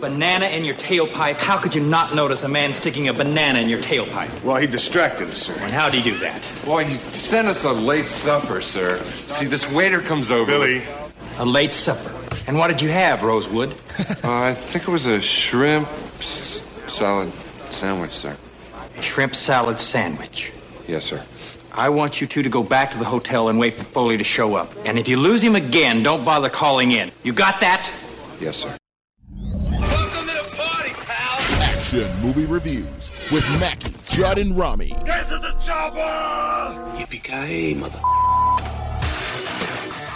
Banana in your tailpipe. How could you not notice a man sticking a banana in your tailpipe? Well, he distracted us, sir. And how do you do that? Boy, he sent us a late supper, sir. See, this waiter comes over. Billy. A late supper. And what did you have, Rosewood? Uh, I think it was a shrimp s- salad sandwich, sir. A shrimp salad sandwich. Yes, sir. I want you two to go back to the hotel and wait for Foley to show up. And if you lose him again, don't bother calling in. You got that? Yes, sir. Welcome to the party, pal. Action Movie Reviews with Mackie, Judd, and Rami. Get to the chopper. Yippee-ki-yay, mother.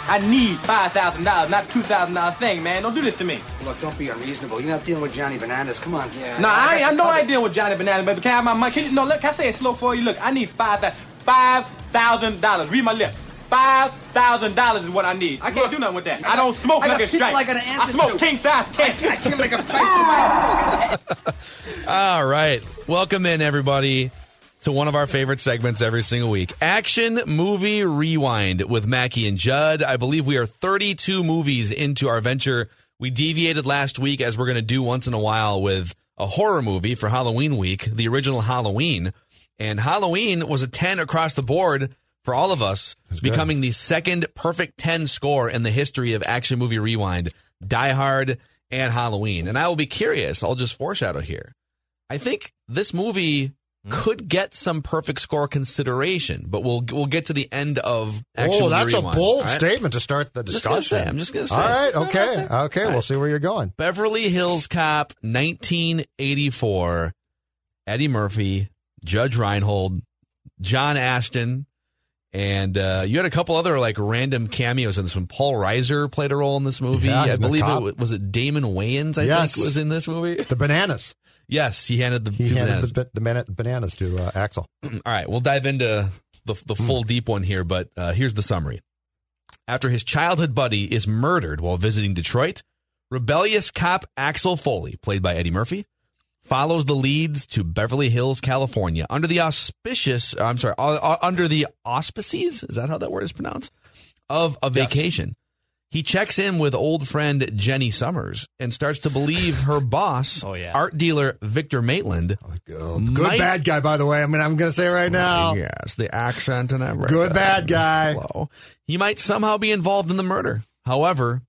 I need five thousand dollars, not two thousand dollar thing, man. Don't do this to me. Look, don't be unreasonable. You're not dealing with Johnny Bananas. Come on, yeah. No, I, ain't- I got know you I covered. deal with Johnny Banana, but can I have my money? Can you, no, look, can I say it slow for you? Look, I need five thousand, five thousand dollars. Read my lips. Five thousand dollars is what I need. I can't do nothing with that. I, don't smoke I got like a people strike. I gotta answer smoke to. king size cat. I can't make up price. All right. Welcome in, everybody, to one of our favorite segments every single week Action Movie Rewind with Mackie and Judd. I believe we are 32 movies into our venture. We deviated last week, as we're going to do once in a while, with a horror movie for Halloween week, the original Halloween. And Halloween was a 10 across the board for all of us, becoming the second perfect 10 score in the history of Action Movie Rewind, Die Hard, and Halloween. And I will be curious, I'll just foreshadow here. I think this movie could get some perfect score consideration, but we'll we'll get to the end of. Action Oh, Movie that's a Rewind, bold all right? statement to start the just gonna discussion. say, I'm just gonna say. All right, No, okay, nothing. okay. All We'll right. see where you're going. Beverly Hills Cop, 1984. Eddie Murphy, Judge Reinhold, John Ashton, and uh, you had a couple other like random cameos in this one. Paul Reiser played a role in this movie. Yeah, he's I the believe it cop. wa- was it Damon Wayans. I Yes. think was in this movie. The bananas. Yes, he handed the He two handed bananas. the, ba- the bana- bananas to uh, Axel. Hmm. All right, we'll dive into the the full deep one here, but uh, here's the summary. After his childhood buddy is murdered while visiting Detroit, rebellious cop Axel Foley, played by Eddie Murphy, follows the leads to Beverly Hills, California, under the auspicious uh, I'm sorry, uh, uh, under the auspices, is that how that word is pronounced? Of a vacation. He checks in with old friend Jenny Summers and starts to believe her boss, Oh, yeah. art dealer Victor Maitland, Good, Mike- bad guy, by the way. I mean, I'm going to say right Oh. now. Yes, the accent and everything. Good bad guy. Hello. He might somehow be involved in the murder. However,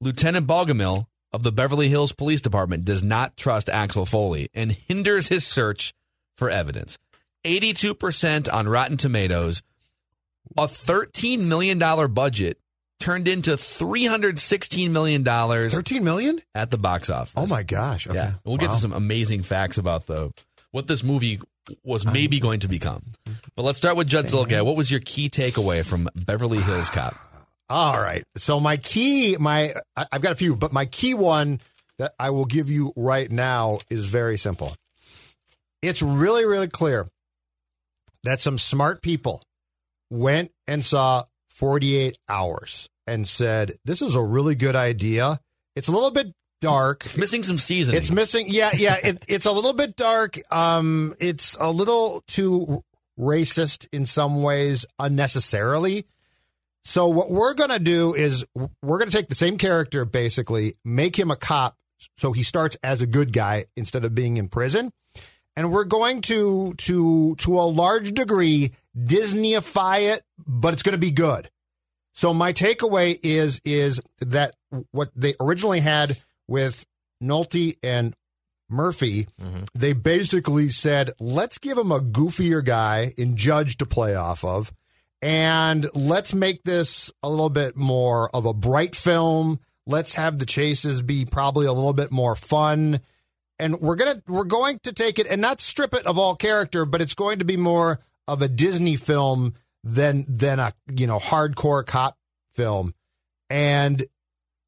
Lieutenant Bogomil of the Beverly Hills Police Department does not trust Axel Foley and hinders his search for evidence. 82% on Rotten Tomatoes, a $13 million budget turned into $316 million Thirteen million. at the box office. Oh my gosh. Okay. Yeah, we'll get Wow. to some amazing facts about the what this movie was maybe going to become. But let's start with Judd Zulgay. What was your key takeaway from Beverly Hills Cop? All right. So my key, my I- I've got a few, but my key one that I will give you right now is very simple. It's really, really clear that some smart people went and saw 48 hours and said, "This is a really good idea. It's a little bit dark. It's missing some seasoning. It's missing. Yeah, yeah. It, it's a little bit dark. Um, it's a little too racist in some ways, unnecessarily. So what we're gonna do is we're gonna take the same character, basically, make him a cop, so he starts as a good guy instead of being in prison, and we're going to to to a large degree Disneyify it, but it's gonna be good. So my takeaway is is that what they originally had with Nolte and Murphy, they basically said, let's give him a goofier guy in Judge to play off of, and let's make this a little bit more of a bright film. Let's have the chases be probably a little bit more fun. And we're gonna we're going to take it and not strip it of all character, but it's going to be more of a Disney film than than a you know hardcore cop film. And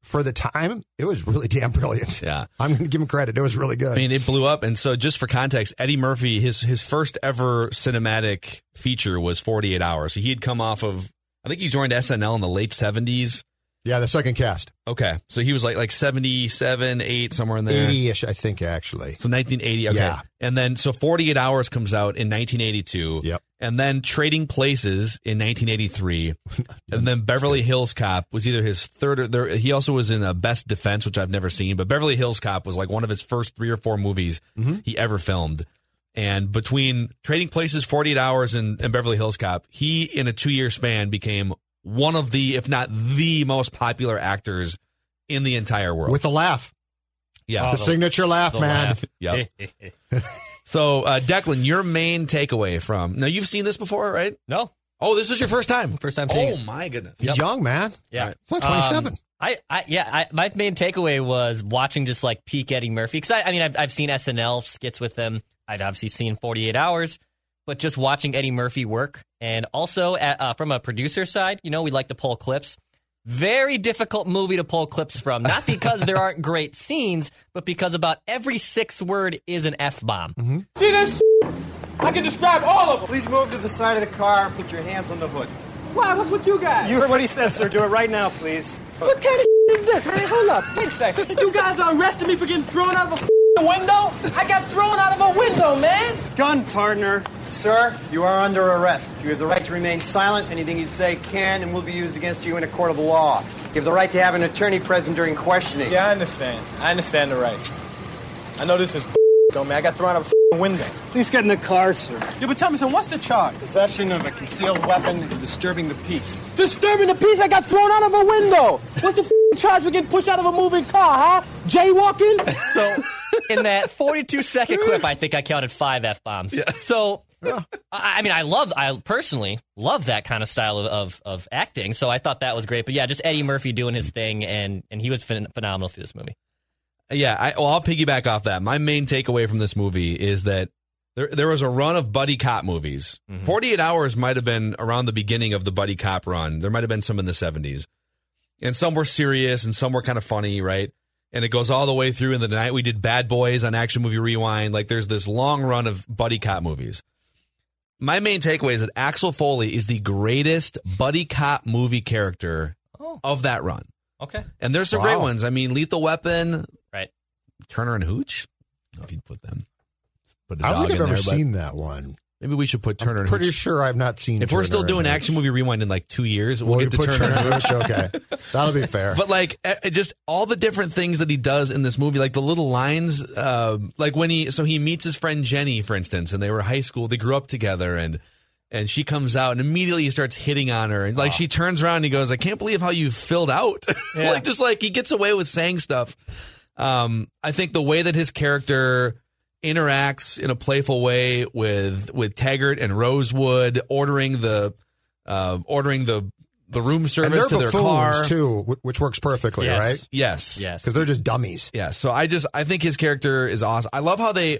for the time, it was really damn brilliant. Yeah. I'm going to give him credit. It was really good. I mean, it blew up. And so, just for context, Eddie Murphy, his his first ever cinematic feature was 48 Hours. So he had come off of, I think he joined SNL in the late 70s. yeah, the second cast, Okay, so he was like like 77, 8, somewhere in there. eighty-ish, I think actually. So 1980. Okay, Yeah. and then so 48 Hours comes out in 1982. Yep. and then Trading Places in 1983, and then Beverly Hills Cop was either his third or there, he also was in a Best Defense, which I've never seen, but Beverly Hills Cop was like one of his first three or four movies Mm-hmm. he ever filmed. And between Trading Places, 48 Hours, and, and Beverly Hills Cop, he in a two year span became one of the, if not the most popular actors in the entire world. With the laugh, yeah, the, signature laugh, the man. laugh. Yep. so, uh, Declan, your main takeaway from now you've seen this before, right? No, Oh, this was your first time. First time seeing Oh it. my goodness. He's young man. yeah. He's like 27. Um, I, I, yeah, I, my main takeaway was watching just like peak Eddie Murphy. Cause I, I mean, I've, I've seen SNL skits with him. I've obviously seen 48 Hours, but just watching Eddie Murphy work. And also at, uh, from a producer side, you know, we like to pull clips. Very difficult movie to pull clips from, not because there aren't great scenes, but because about every sixth word is an F bomb. See this? I can describe all of them. Please move to the side of the car and put your hands on the hood. Why? What's with you guys? You heard what he said, sir. Do it right now, please. What kind of is this? Hey, hold up. Wait a second. You guys are arresting me for getting thrown out of a window? I got thrown out of a window, man. Gun partner. Sir, you are under arrest. You have the right to remain silent. Anything you say can and will be used against you in a court of law. You have the right to have an attorney present during questioning. Yeah, I understand. I understand the rights. I know this is though, man. I got thrown out of a window. Please get in the car, sir. Yeah, but tell me, son, what's the charge? Possession of a concealed weapon and disturbing the peace. Disturbing the peace. I got thrown out of a window. What's the f- charge for getting pushed out of a moving car, huh? Jaywalking? So in that 42 second clip, I think I counted five f bombs. So I I mean, I love, I personally love that kind of style of, of of acting. So I thought that was great. But yeah, just Eddie Murphy doing his thing, and and he was phen- phenomenal through this movie. Yeah, I, well, I'll piggyback off that. My main takeaway from this movie is that there there was a run of buddy cop movies. eight hours might have been around the beginning of the buddy cop run. There might have been some in the seventies, and some were serious and some were kind of funny, right? And it goes all the way through. And the night we did Bad Boys on Action Movie Rewind. Like there's this long run of buddy cop movies. My main takeaway is that Axel Foley is the greatest buddy cop movie character Oh. of that run. Okay, And there's some great ones. I mean, Lethal Weapon, right. Turner and Hooch. I don't know if you'd put them. Put a I dog don't think I've in ever there, but seen that one. Maybe we should put Turner and Pretty Hooch. sure I've not seen. if we're still Turner doing and action Hooch. movie rewind in like two years, we'll, Well, you get to put Turner Turner. and and Hooch. Hooch, okay, that'll be fair. But like, eh, eh, just all the different things that he does in this movie, like the little lines, uh, like when he so he meets his friend Jenny, for instance, and they were high school, they grew up together, and and she comes out and immediately he starts hitting on her, and like she turns around and he goes, "I can't believe how you filled out," like just like he gets away with saying stuff. Um, I think the way that his character interacts in a playful way with with Taggart and Rosewood, ordering the uh, ordering the the and room they're service to their buffoons, car. too, wh- which works perfectly, Yes. right? Yes. Yes. Because they're just dummies. Yeah. So I just I think his character is awesome. I love how they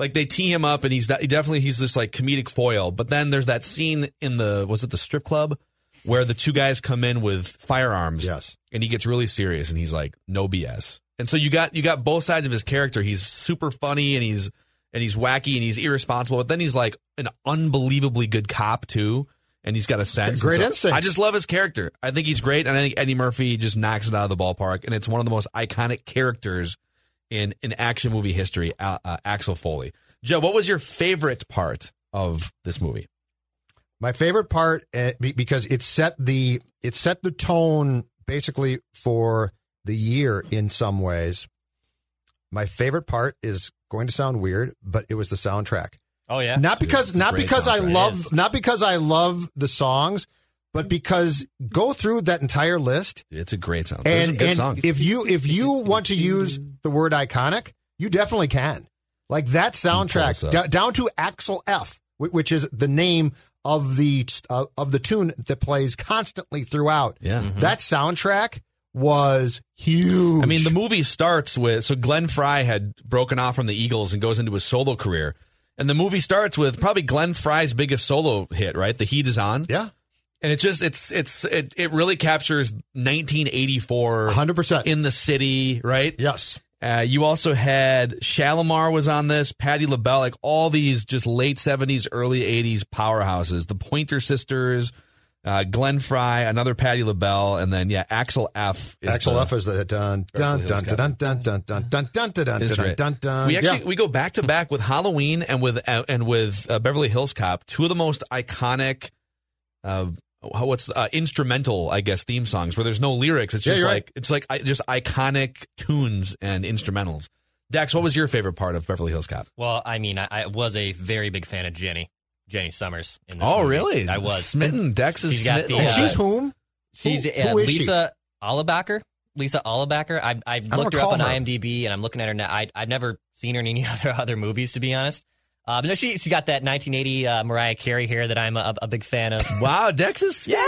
like they tee him up and he's not, he definitely he's this like comedic foil. But then there's that scene in the was it the strip club where the two guys come in with firearms. Yes. And he gets really serious and he's like no BS. And so you got you got both sides of his character. He's super funny and he's and he's wacky and he's irresponsible. But then he's like an unbelievably good cop too. And he's got a sense. Great And instincts. I just love his character. I think he's great, and I think Eddie Murphy just knocks it out of the ballpark. And it's one of the most iconic characters in in action movie history. Uh, uh, Axel Foley. Joe, what was your favorite part of this movie? My favorite part eh, be- because it set the it set the tone basically for the year in some ways. My favorite part is going to sound weird, but it was the soundtrack. Oh yeah, Not because it's a not great because I soundtrack. It is. love not because I love the songs, but because go through that entire list It's a great sound. There's some and, good and songs. if you if you want to use the word iconic, you definitely can. Like that soundtrack Impressive. d- down to Axel F, wh- which is the name of the uh, of the tune that plays constantly throughout. Yeah. Mhm. that soundtrack was huge. I mean, the movie starts with so Glenn Fry had broken off from the Eagles and goes into his solo career, and the movie starts with probably Glenn Fry's biggest solo hit, right? The Heat is on. yeah, And it's just it's it's it, it really captures 1984 100% in the city, right? Yes. Uh, you also had Shalimar was on this, Patti LaBelle, like all these just late 70s, early 80s powerhouses. The Pointer Sisters, uh, Glenn Fry, another Patti LaBelle, and then yeah, Axel F. is Axel the- F is the dun Beverly dun Hills dun dun dun dun dun dun dun dun dun Is dun right. dun dun. we actually Yeah. we go back to back with Halloween and with uh, and with uh, Beverly Hills Cop, two of the most iconic. Uh, how- what's uh, instrumental? I guess theme songs where there's no lyrics. It's Yeah, just you're like it's like I, just iconic tunes and instrumentals. Dax, what was your favorite part of Beverly Hills Cop? Well, I mean, I, I was a very big fan of Jenny, Jenny Summers. In this Oh, movie. really? I was Smitten. Dex is She's got smitten. the, And uh, she's whom? She's Who- uh, who is she? Lisa Olibacher. Lisa Olibacher. I I looked her recall up on her. IMDb, and I'm looking at her now. I I've never seen her in any other other movies, to be honhonest. Uh, but no, she she got that 1980 uh, Mariah Carey hair that I'm a, a big fan of. Wow, Dex is yeah,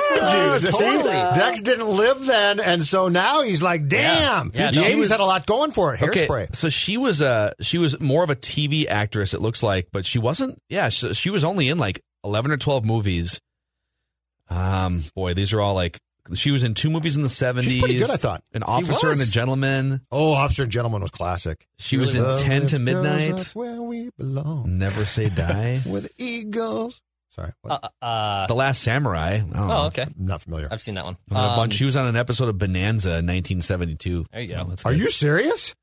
See, Dex didn't live then, and so now he's like, damn. Yeah, the no, he 80s was- had a lot going for it. Hairspray. Okay, so she was uh, she was more of a TV actress. It looks like, but she wasn't. Yeah, she, she was only in like eleven or twelve movies. Um, boy, these are all like she was in two movies in the seventies. She's pretty good, I thought. An She officer and a was. gentleman. Oh, Officer and Gentleman was classic. She was in Love Ten to Goes Up Midnight. Where we belong. Never Say Die. With eagles. Sorry. what? Uh, uh, the Last Samurai. I don't know. oh, okay. not familiar. I've seen that one. And then a Um, bunch. She was on an episode of Bonanza in 1972. There you go. Oh, that's Are good. you serious?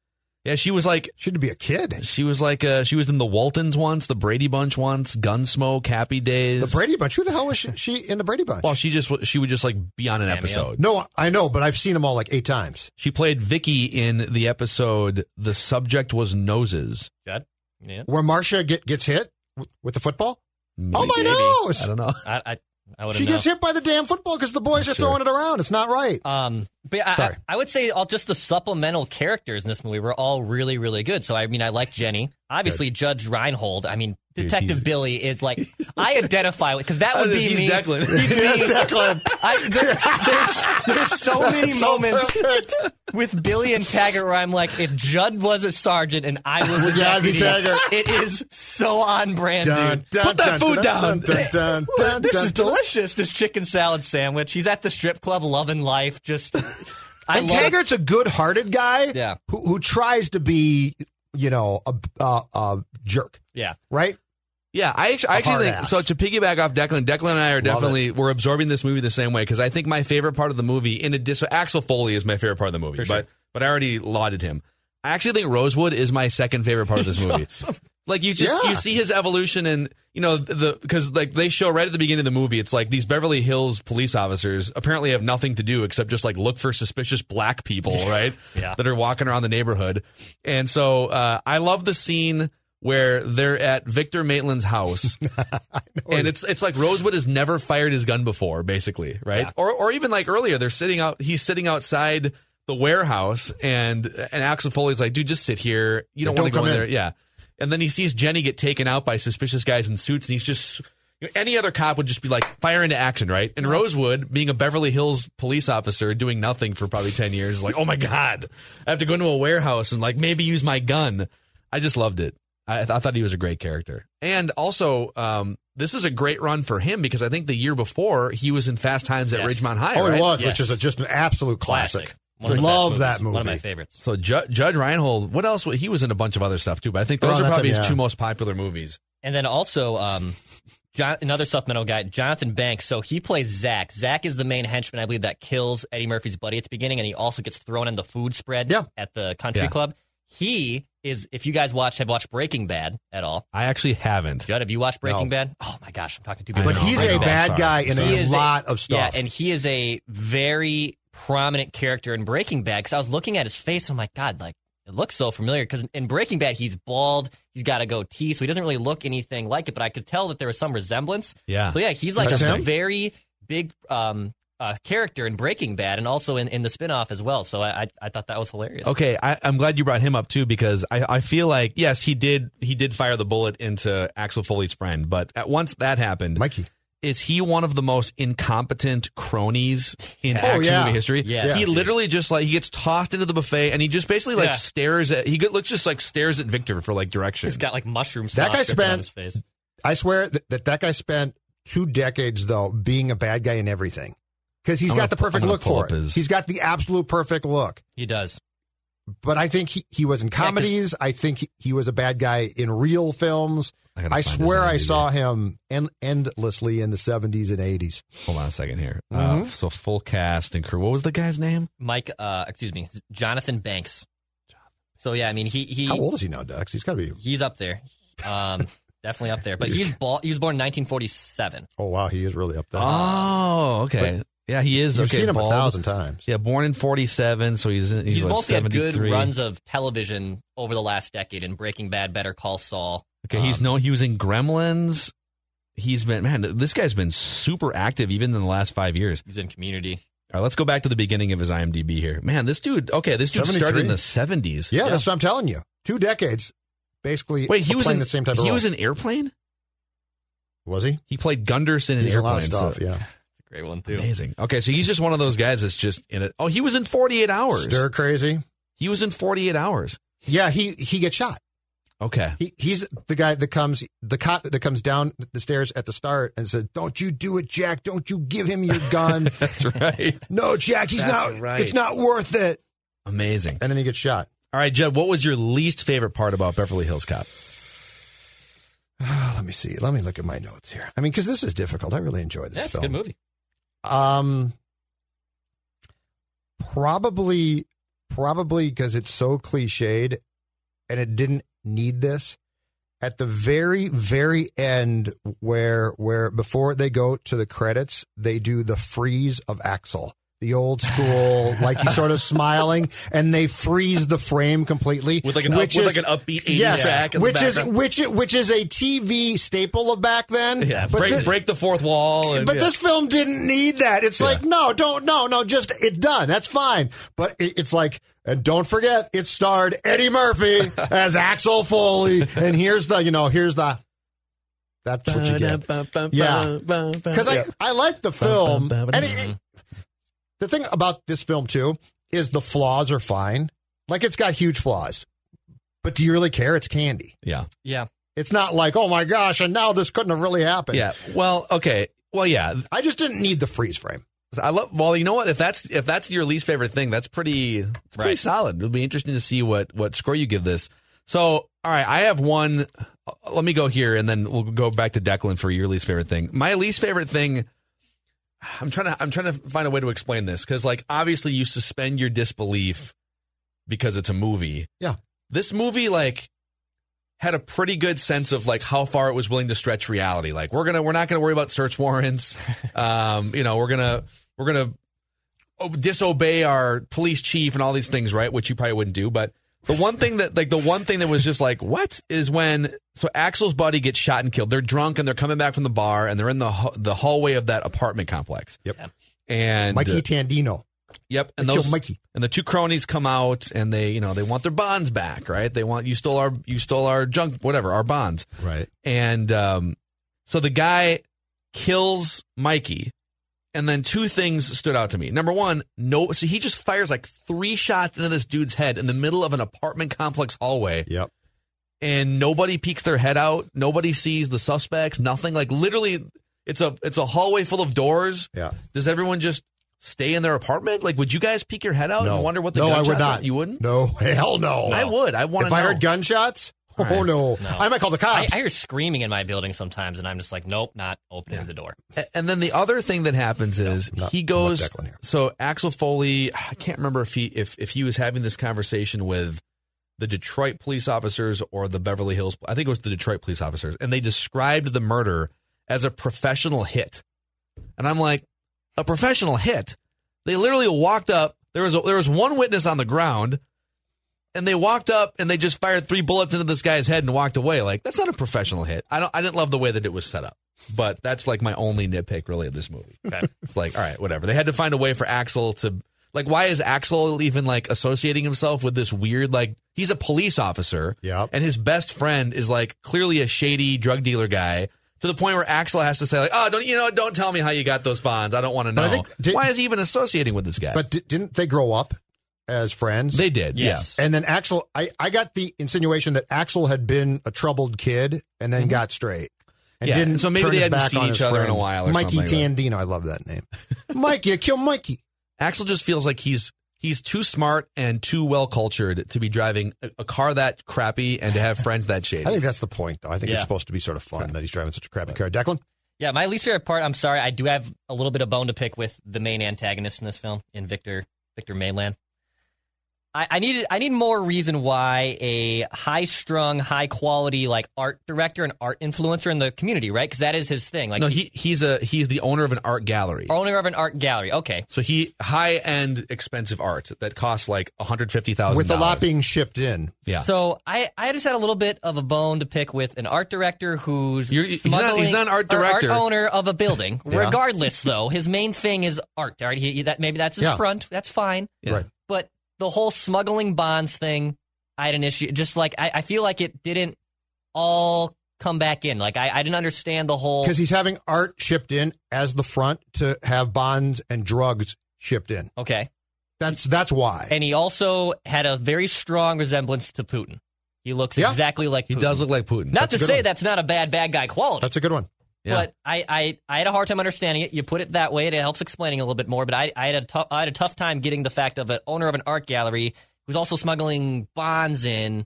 Yeah, she was like Should be a kid. she was like uh, she was in the Waltons once, the Brady Bunch once, Gunsmoke, Happy Days. The Brady Bunch. Who the hell was she, she in the Brady Bunch? Well, she just w- she would just like be on an Cameo. episode. no, I know, but I've seen them all like eight times. She played Vicky in the episode. The subject was noses. Judd? Yeah. Where Marcia get, gets hit w- with the football. oh my Maybe. nose! I don't know. I I, I would She gets hit by the damn football because the boys are Sure. throwing it around. It's not right. Um, but I, I, Sorry. I would say all just the supplemental characters in this movie were all really, really good. So I mean, I like Jenny. Obviously, Judge Reinhold. I mean, Detective he's- Billy is like I identify with because that would be He's me. Declan. Yes, Declan. I, there, there's there's so many So moments perfect. with Billy and Taggart where I'm like, if Judd was a sergeant and I was a Yeah, I'd be deputy, Taggart. it is so on brand, Dun, dude. dun, Put that dun, food dun, down. dun, dun, dun, dun, this dun, is dun. delicious. This chicken salad sandwich. He's at the strip club, loving life. Just I And love- Taggart's a good-hearted guy. Yeah. Who, who tries to be, you know, a, a, a jerk, Yeah. right? Yeah, I actually, I A actually hard think ass. so. To piggyback off Declan, Declan and I are definitely we're absorbing this movie the same way because I think my favorite part of the movie, in addition, Axel Foley is my favorite part of the movie, For sure. but but I already lauded him. I actually think Rosewood is my second favorite part of this movie. Like you just Yeah. you see his evolution and you know the because like they show right at the beginning of the movie it's like these Beverly Hills police officers apparently have nothing to do except just like look for suspicious black people right Yeah. that are walking around the neighborhood and so uh, I love the scene where they're at Victor Maitland's house and it's it's like Rosewood has never fired his gun before basically right or or even like earlier they're sitting out he's sitting outside the warehouse and and Axel Foley's like dude just sit here you don't Yeah, want to don't go in come there in. yeah. And then he sees Jenny get taken out by suspicious guys in suits, and he's just. you know, Any other cop would just be like, fire into action, right? And Rosewood, being a Beverly Hills police officer doing nothing for probably 10 years, is like, oh my God, I have to go into a warehouse and like maybe use my gun. I just loved it. I, I thought he was a great character. And also, um, this is a great run for him because I think the year before he was in Fast Times at Yes. Ridgemont High. Oh, right? it was, Yes. which is a, just an absolute classic. One of the Love best that movies. movie. One of my favorites. So Ju- Judge Reinhold, what else? He was in a bunch of other stuff too, but I think those Around are that probably time, his yeah. two most popular movies. And then also, um, John, another supplemental guy, Jonathan Banks. So he plays Zach. Zach is the main henchman, I believe, that kills Eddie Murphy's buddy at the beginning, and he also gets thrown in the food spread Yeah. at the country Yeah. club. He is, if you guys watch, have watched Breaking Bad at all. I actually haven't. Judd, have you watched Breaking No. Bad? Oh my gosh, I'm talking to people. But I know, he's I a know. bad Sorry. guy in He a lot of stuff. Yeah, and he is a very prominent character in Breaking Bad. Because I was looking at his face, I'm like, God, like it looks so familiar. Because in Breaking Bad, he's bald, he's got a goatee, so he doesn't really look anything like it. But I could tell that there was some resemblance. Yeah. So yeah, he's like That's a him? very big um, uh, character in Breaking Bad, and also in, in the spinoff as well. So I I, I thought that was hilarious. Okay, I, I'm glad you brought him up too because I, I feel like yes, he did he did fire the bullet into Axel Foley's friend, but at once that happened, Mikey. is he one of the most incompetent cronies in Oh, action yeah. movie history? Yes. he Yeah. literally just like he gets tossed into the buffet and he just basically like Yeah. stares at he go- looks just like stares at Victor for like direction. He's got like mushroom sauce That guy dripping on spent- his face. I swear that, that that guy spent two decades, though, being a bad guy in everything because he's I'm got gonna the pu- I'm perfect gonna look pull for up it. his- He's got the absolute perfect look. He does. But I think he, he was in 'cause- comedies. I think he, he was a bad guy in real films. I gotta I, find his swear I IMDb. saw him en- endlessly in the 70s and 80s. Hold on a second here. Uh, Mhm. so full cast and crew. What was the guy's name? Mike, uh, excuse me, Jonathan Banks. So yeah, I mean he he How old is he now, Dex? He's got to be. he's up there, um, definitely up there. But he's ball, he was born in 1947. Oh, wow. He is really up there. Oh, okay. yeah, he is. You've okay, seen him bald. a thousand times. Yeah, born in '47, so he's in, he's, He's, what, mostly had good 73? runs of television over the last decade in Breaking Bad, Better Call Saul. Okay, he's Um, known. He was in Gremlins. He's been man. This guy's been super active even in the last five years. he's in Community. All right, let's go back to the beginning of his IMDb here. Man, this dude. Okay, this dude started in the 70s. Yeah, that's what I'm telling you. Two decades, basically. Wait, he of was playing in the same type of He role. was in Airplane. Was he? He played Gunderson He in was in a Airplane. lot of stuff. so- Yeah, Great one too. Amazing. Okay, so he's just one of those guys that's just in it. Oh, he was in 48 hours. stir crazy. He was in 48 hours. Yeah, he he gets shot. Okay. He he's the guy that comes the cop that comes down the stairs at the start and says, "Don't you do it, Jack? Don't you give him your gun? That's right. no, Jack, he's That's not. right. It's not worth it." Amazing. And then he gets shot. All right, Judd, what was your least favorite part about Beverly Hills Cop? Oh, Let me see. Let me look at my notes here. I mean, because this is difficult. I really enjoy this Yeah, it's a film. good movie. Um, probably, probably because it's so cliched, and it didn't need this. At the very, very end, where where before they go to the credits, they do the freeze of Axel, the old school, like he's sort of smiling, and they freeze the frame completely With like an up- with like an upbeat 80s track in the which is background. which i- which is a TV staple of back then. Yeah, but break, thi- break the fourth wall. and- but yeah. this film didn't need that. It's Yeah. like, no, don't, no, no, just, it's done. That's fine. But it, it's like, and don't forget, it starred Eddie Murphy as Axel Foley. And here's the, you know, here's the, that's what you get. Yeah. Because I, I like the film. And it- it- the thing about this film, too, is the flaws are fine. Like, it's got huge flaws. But do you really care? It's candy. Yeah. Yeah, It's not like, oh my gosh, and now this couldn't have really happened. Yeah. Well, okay. Well, yeah. I just didn't need the freeze frame. I love. Well, you know what? If that's if that's your least favorite thing, that's pretty. It's pretty Right. solid. It'll be interesting to see what what score you give this. So, all right, I have one. uh, Let me go here, and then we'll go back to Declan for your least favorite thing. My least favorite thing. I'm trying to I'm trying to find a way to explain this because like obviously you suspend your disbelief because it's a movie. Yeah. This movie like had a pretty good sense of like how far it was willing to stretch reality. Like we're gonna we're not gonna worry about search warrants. um, you know we're gonna we're gonna oh, disobey our police chief and all these things, right? Which you probably wouldn't do, but the one thing that like the one thing that was just like what is when so Axel's buddy gets shot and killed. They're drunk and they're coming back from the bar and they're in the hu- the hallway of that apartment complex. Yep. And Mikey uh, Tandino. Yep, and They killed those Mikey. and the two cronies come out and they, you know, they want their bonds back, right? They want you stole our you stole our junk, whatever, our bonds. Right. And um, so the guy kills Mikey, and then two things stood out to me. Number one, no, so he just fires like three shots into this dude's head in the middle of an apartment complex hallway, Yep. and nobody peeks their head out, nobody sees the suspects, nothing. Like literally, it's a it's a hallway full of doors. Yeah. Does everyone just stay in their apartment? Like, would Oh, you guys peek your head out and wonder what the no, I gunshots would are? not. You wouldn't? No, hell no. I would. I want If to know. I heard gunshots, oh Right. no. No. I might call the I, cops. I hear screaming in my building sometimes, and I'm just like, nope, not opening the door. A- And then the other thing that happens is not- he I'm not goes. Declan here. So Axel Foley, I can't remember if he if if he was having this conversation with the Detroit police officers or the Beverly Hills. I think it was the Detroit police officers, and they described the murder as a professional hit. And I'm like, a professional hit. They literally walked up. There was a, there was one witness on the ground, and they walked up and they just fired three bullets into this guy's head and walked away. Like that's not a professional hit. I don't. I didn't love the way that it was set up, but that's like my only nitpick really of this movie. It's like all right, whatever. They had to find a way for Axel to like. Why is Axel even like associating himself with this weird like? He's a police officer. Yep. And his best friend is like clearly a shady drug dealer guy. To the point where Axel has to say, like, oh, don't you know? Don't tell me how you got those bonds. I don't want to But know. I think- did- Why is he even associating with this guy? but di- didn't they grow up as friends? they did. Yes. and then Axel, I, I got the insinuation that Axel had been a troubled kid and then got straight. and Mm-hmm. Yeah, didn't. so maybe turn they his hadn't back seen on each his other in friend. a while or Mikey something like Tandino, I love that name. Mikey, kill Mikey. Axel just feels like he's he's too smart and too well cultured to be driving a, a car that crappy and to have friends that shady. I think that's the point, though. I think Yeah. it's supposed to be sort of fun that he's driving such a crappy car. Declan, Yeah, my least favorite part. I'm sorry, I do have a little bit of bone to pick with the main antagonist in this film, in Victor Victor Mainland. I, I needed I need more reason why a high strung, high quality like art director and art influencer in the community, right? Because that is his thing. Like no, he he's a he's the owner of an art gallery. owner of an art gallery. Okay, So he high end expensive art that costs like one hundred fifty thousand with a lot being shipped in, Yeah. So I, I just had a little bit of a bone to pick with an art director who's You're- he's not- he's smuggling- not an art or director. owner of a building. Yeah. Regardless, though, his main thing is art. All right, he, he- that maybe that's his Yeah. front. That's fine. Yeah. Right. But the whole smuggling bonds thing, I had an issue. Just like I, I feel like it didn't all come back in. Like I, I didn't understand the whole because he's having art shipped in as the front to have bonds and drugs shipped in. okay. That's that's why. And he also had a very strong resemblance to Putin. He looks Yeah. exactly like He Putin. does look like Putin. Not That's a to good say one. that's not a bad bad guy quality. That's a good one. Yeah. But I, I, I had a hard time understanding it. You put it that way; it helps explaining a little bit more. But I, I had a tough, I had a tough time getting the fact of an owner of an art gallery who's also smuggling bonds in.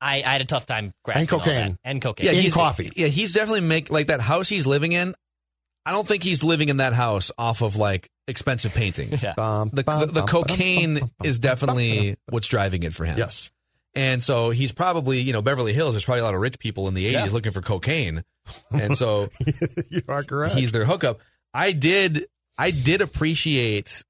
I, I had a tough time grasping all that. and cocaine, he's- Yeah, he's definitely make like that house he's living in. I don't think he's living in that house off of like expensive paintings. yeah. the, the, the cocaine is definitely what's driving it for him. Yes. And so he's probably, you know, Beverly Hills, there's probably a lot of rich people in the 80s Yeah. looking for cocaine. And so you are correct. he's their hookup. I did I did appreciate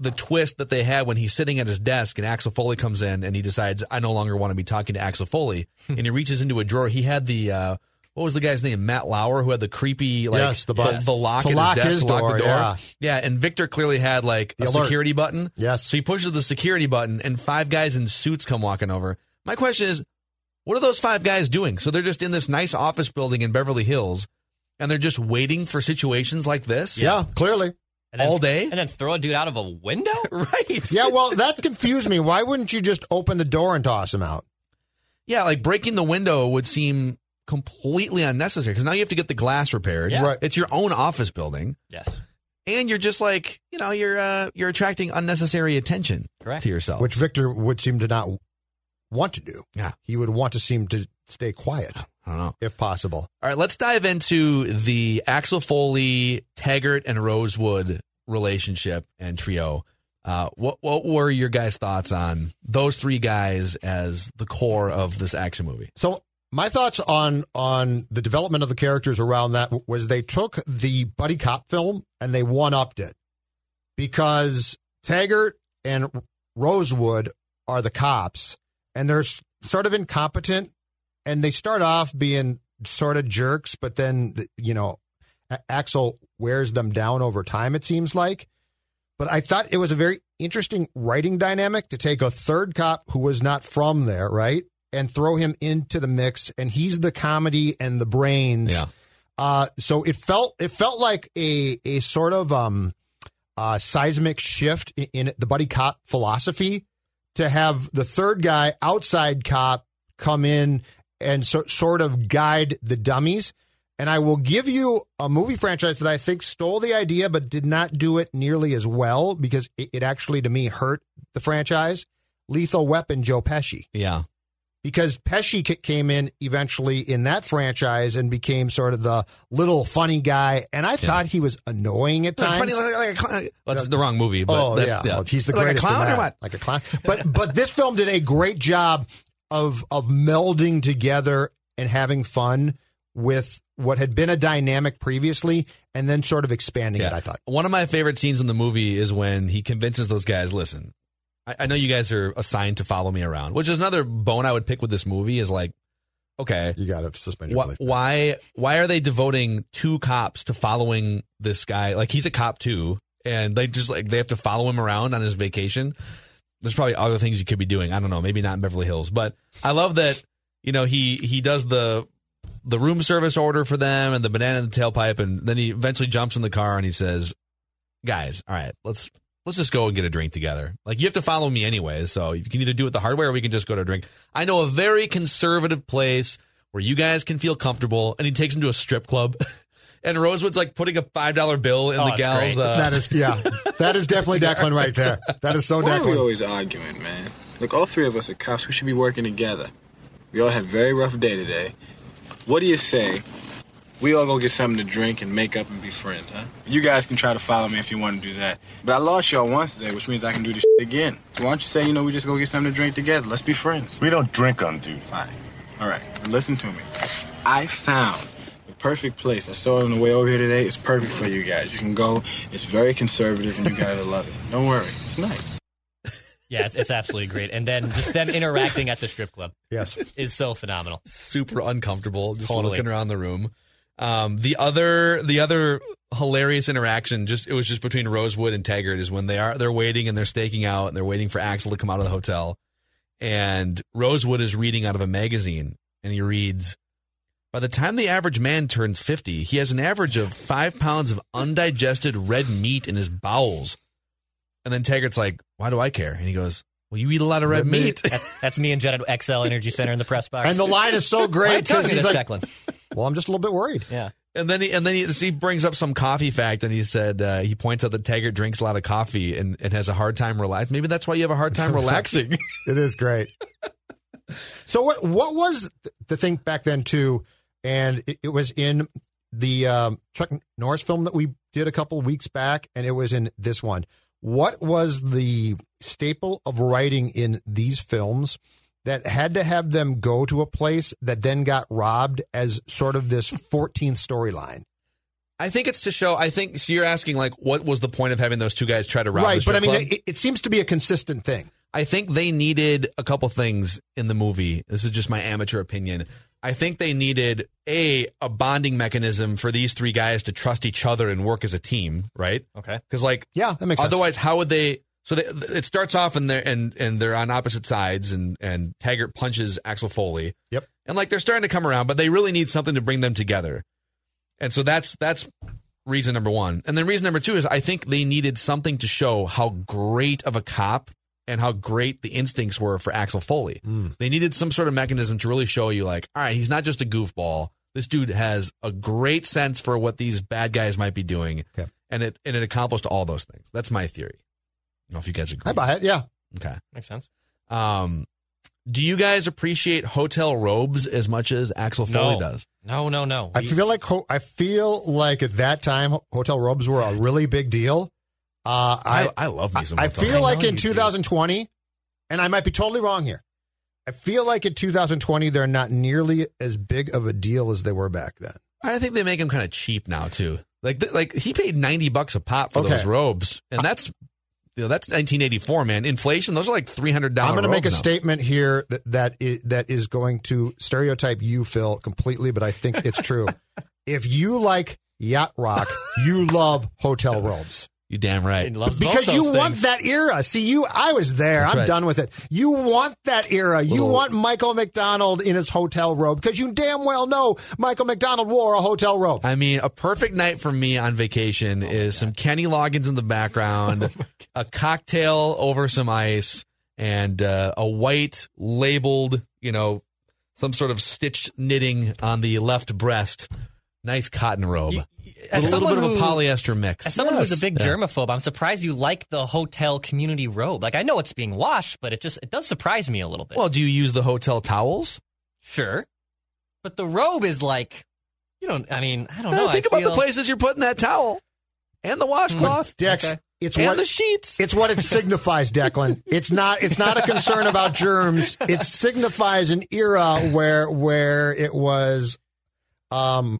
the twist that they had when he's sitting at his desk and Axel Foley comes in and he decides I no longer want to be talking to Axel Foley Hmm. and he reaches into a drawer. He had the uh, what was the guy's name? Matt Lauer, who had the creepy like Yes, the the, button. lock To at lock his desk his to lock door, the door. yeah. and Victor clearly had like The a alert. security button. Yes. So he pushes the security button and five guys in suits come walking over. My question is, what are those five guys doing? So they're just in this nice office building in Beverly Hills and they're just waiting for situations like this? Yeah, clearly. And then- All day? and then throw a dude out of a window. right. yeah, well, that confused me. Why wouldn't you just open the door and toss him out? Yeah, like breaking the window would seem completely unnecessary because now you have to get the glass repaired. Yeah. Right. It's your own office building. Yes. And you're just like, you know, you're uh, you're attracting unnecessary attention Correct. to yourself. Which Victor would seem to not want to do. Oh. Yeah. He would want to seem to stay quiet. I don't know. If possible. All right, let's dive into the Axel Foley, Taggart, and Rosewood relationship and trio. Uh, what what were your guys' thoughts on those three guys as the core of this action movie? So my thoughts on on the development of the characters around that w- was they took the buddy cop film and they one upped it because Taggart and Rosewood are the cops and they're s- sort of incompetent and they start off being sort of jerks, but then you know A- Axel wears them down over time. It seems like. But I thought it was a very interesting writing dynamic to take a third cop who was not from there, right? And throw him into the mix, and he's the comedy and the brains. Yeah. Uh, so it felt it felt like a a sort of um, uh, seismic shift in, in the buddy cop philosophy to have the third guy outside cop come in and so, sort of guide the dummies. And I will give you a movie franchise that I think stole the idea but did not do it nearly as well because it, it actually, to me, hurt the franchise. Lethal Weapon, Joe Pesci Yeah. because Pesci ca- came in eventually in that franchise and became sort of the little funny guy, and I thought he was annoying at Like times. funny, like- like a clown. Well, that's the wrong movie, but oh that- yeah. yeah. Oh, he's the Like a greatest. in clown or that. what? Like a clown. But but this film did a great job of of melding together and having fun with what had been a dynamic previously, and then sort of expanding it. I thought. One of my favorite scenes in the movie is when he convinces those guys, listen, I, I know you guys are assigned to follow me around, which is another bone I would pick with this movie is like, okay, you got to suspend your belief. Why, why are they devoting two cops to following this guy? Like he's a cop too, and they just like, they have to follow him around on his vacation. There's probably other things you could be doing. I don't know, maybe not in Beverly Hills, but I love that, you know, he, he does the, the room service order for them and the banana in the tailpipe, and then he eventually jumps in the car and he says, guys, all right, let's let's just go and get a drink together. Like you have to follow me anyway, so you can either do it the hard way or we can just go to a drink. I know a very conservative place where you guys can feel comfortable. And he takes him to a strip club. And Rosewood's like putting a five dollar bill in Oh, the it's gal's. uh, great. That is- yeah. That is definitely Declan right there. That is so Why are we Declan. always arguing, man? Look, all three of us are cops. We should be working together. We all had a very rough day today. What do you say? We all go get something to drink and make up and be friends, huh? You guys can try to follow me if you want to do that. But I lost y'all once today, which means I can do this shit again. So why don't you say, you know, we just go get something to drink together? Let's be friends. We don't drink on duty. Fine. All right. Listen to me. I found the perfect place. I saw it on the way over here today. It's perfect for you guys. You can go. It's very conservative, and you guys will love it. Don't worry. It's nice. Yeah, it's, it's absolutely great. And then just them interacting at the strip club. Yes. Is so phenomenal. super uncomfortable just Totally. looking around the room. Um, the other the other hilarious interaction just it was just between Rosewood and Taggart is when they are they're waiting and they're staking out and they're waiting for Axel to come out of the hotel. And Rosewood is reading out of a magazine and he reads by the time the average man turns 50, he has an average of five pounds of undigested red meat in his bowels. And then Taggart's like, Why do I care? And he goes, Well, you eat a lot of red, meat. That- that's me and Jed at XL Energy Center in the press box. And the line is so great Why are you telling 'cause me he's this, like- Declan? Well, I'm just a little bit worried. Yeah. And then he and then he, he brings up some coffee fact, and he said uh, he points out that Taggart drinks a lot of coffee and, and has a hard time relaxing. Maybe that's why you have a hard time relaxing. it is great. So what what was th- the thing back then too? And it, it was in the um, Chuck Norris film that we did a couple weeks back, and it was in this one. What was the staple of writing in these films that had to have them go to a place that then got robbed as sort of this 14th storyline? I think it's to show. I think so you're asking like, what was the point of having those two guys try to rob? right, the but I strip mean, club? it, it seems to be a consistent thing. I think they needed a couple things in the movie. This is just my amateur opinion. I think they needed a a bonding mechanism for these three guys to trust each other and work as a team, right? Okay. Because like, yeah, that makes sense. Otherwise, how would they? So they, it starts off and they're and and they're on opposite sides, and and Taggart punches Axel Foley. Yep. And like they're starting to come around, but they really need something to bring them together. And so that's that's reason number one. And then reason number two is I think they needed something to show how great of a cop and how great the instincts were for Axel Foley. They needed some sort of mechanism to really show you like, all right, he's not just a goofball. This dude has a great sense for what these bad guys might be doing. And it and it accomplished all those things. That's my theory. I don't know if you guys agree. I buy it. Yeah, Okay. Makes sense. Um do you guys appreciate hotel robes as much as Axel Foley does? No, no, no. I feel like ho- I feel like at that time ho- hotel robes were a really big deal. Uh, I, I love me some I hotel feel robes. I like know in you do. 2020, and I might be totally wrong here. I feel like in 2020 they're not nearly as big of a deal as they were back then. I think they make them kind of cheap now too. Like th- like he paid ninety bucks a pop for Okay. those robes, and that's you know, that's nineteen eighty four, man. Inflation, those are like three hundred dollars. I'm going to make a statement here that that is, that is going to stereotype you, Phil, completely, but I think it's true. if you like yacht rock, you love hotel robes. You damn right. because you want that era. See, you, I was there. That's I'm right. done with it. You want that era. You Little- want Michael McDonald in his hotel robe because you damn well know Michael McDonald wore a hotel robe. I mean, a perfect night for me on vacation Oh is some Kenny Loggins in the background, a cocktail over some ice, and uh, a white labeled, you know, some sort of stitched knitting on the left breast. Nice cotton robe. as With a little someone bit of a who- polyester mix. As someone who's a big Yeah. germaphobe, I'm surprised you like the hotel community robe. Like I know it's being washed, but it just it does surprise me a little bit. Well, do you use the hotel towels? Sure. But the robe is like you don't I mean, I don't Well, know. think I about the feel- places you're putting that towel and the washcloth. Dex, it's and what the sheets. It's what it signifies, Declan. It's not. It's not a concern about germs. It signifies an era where where it was, um,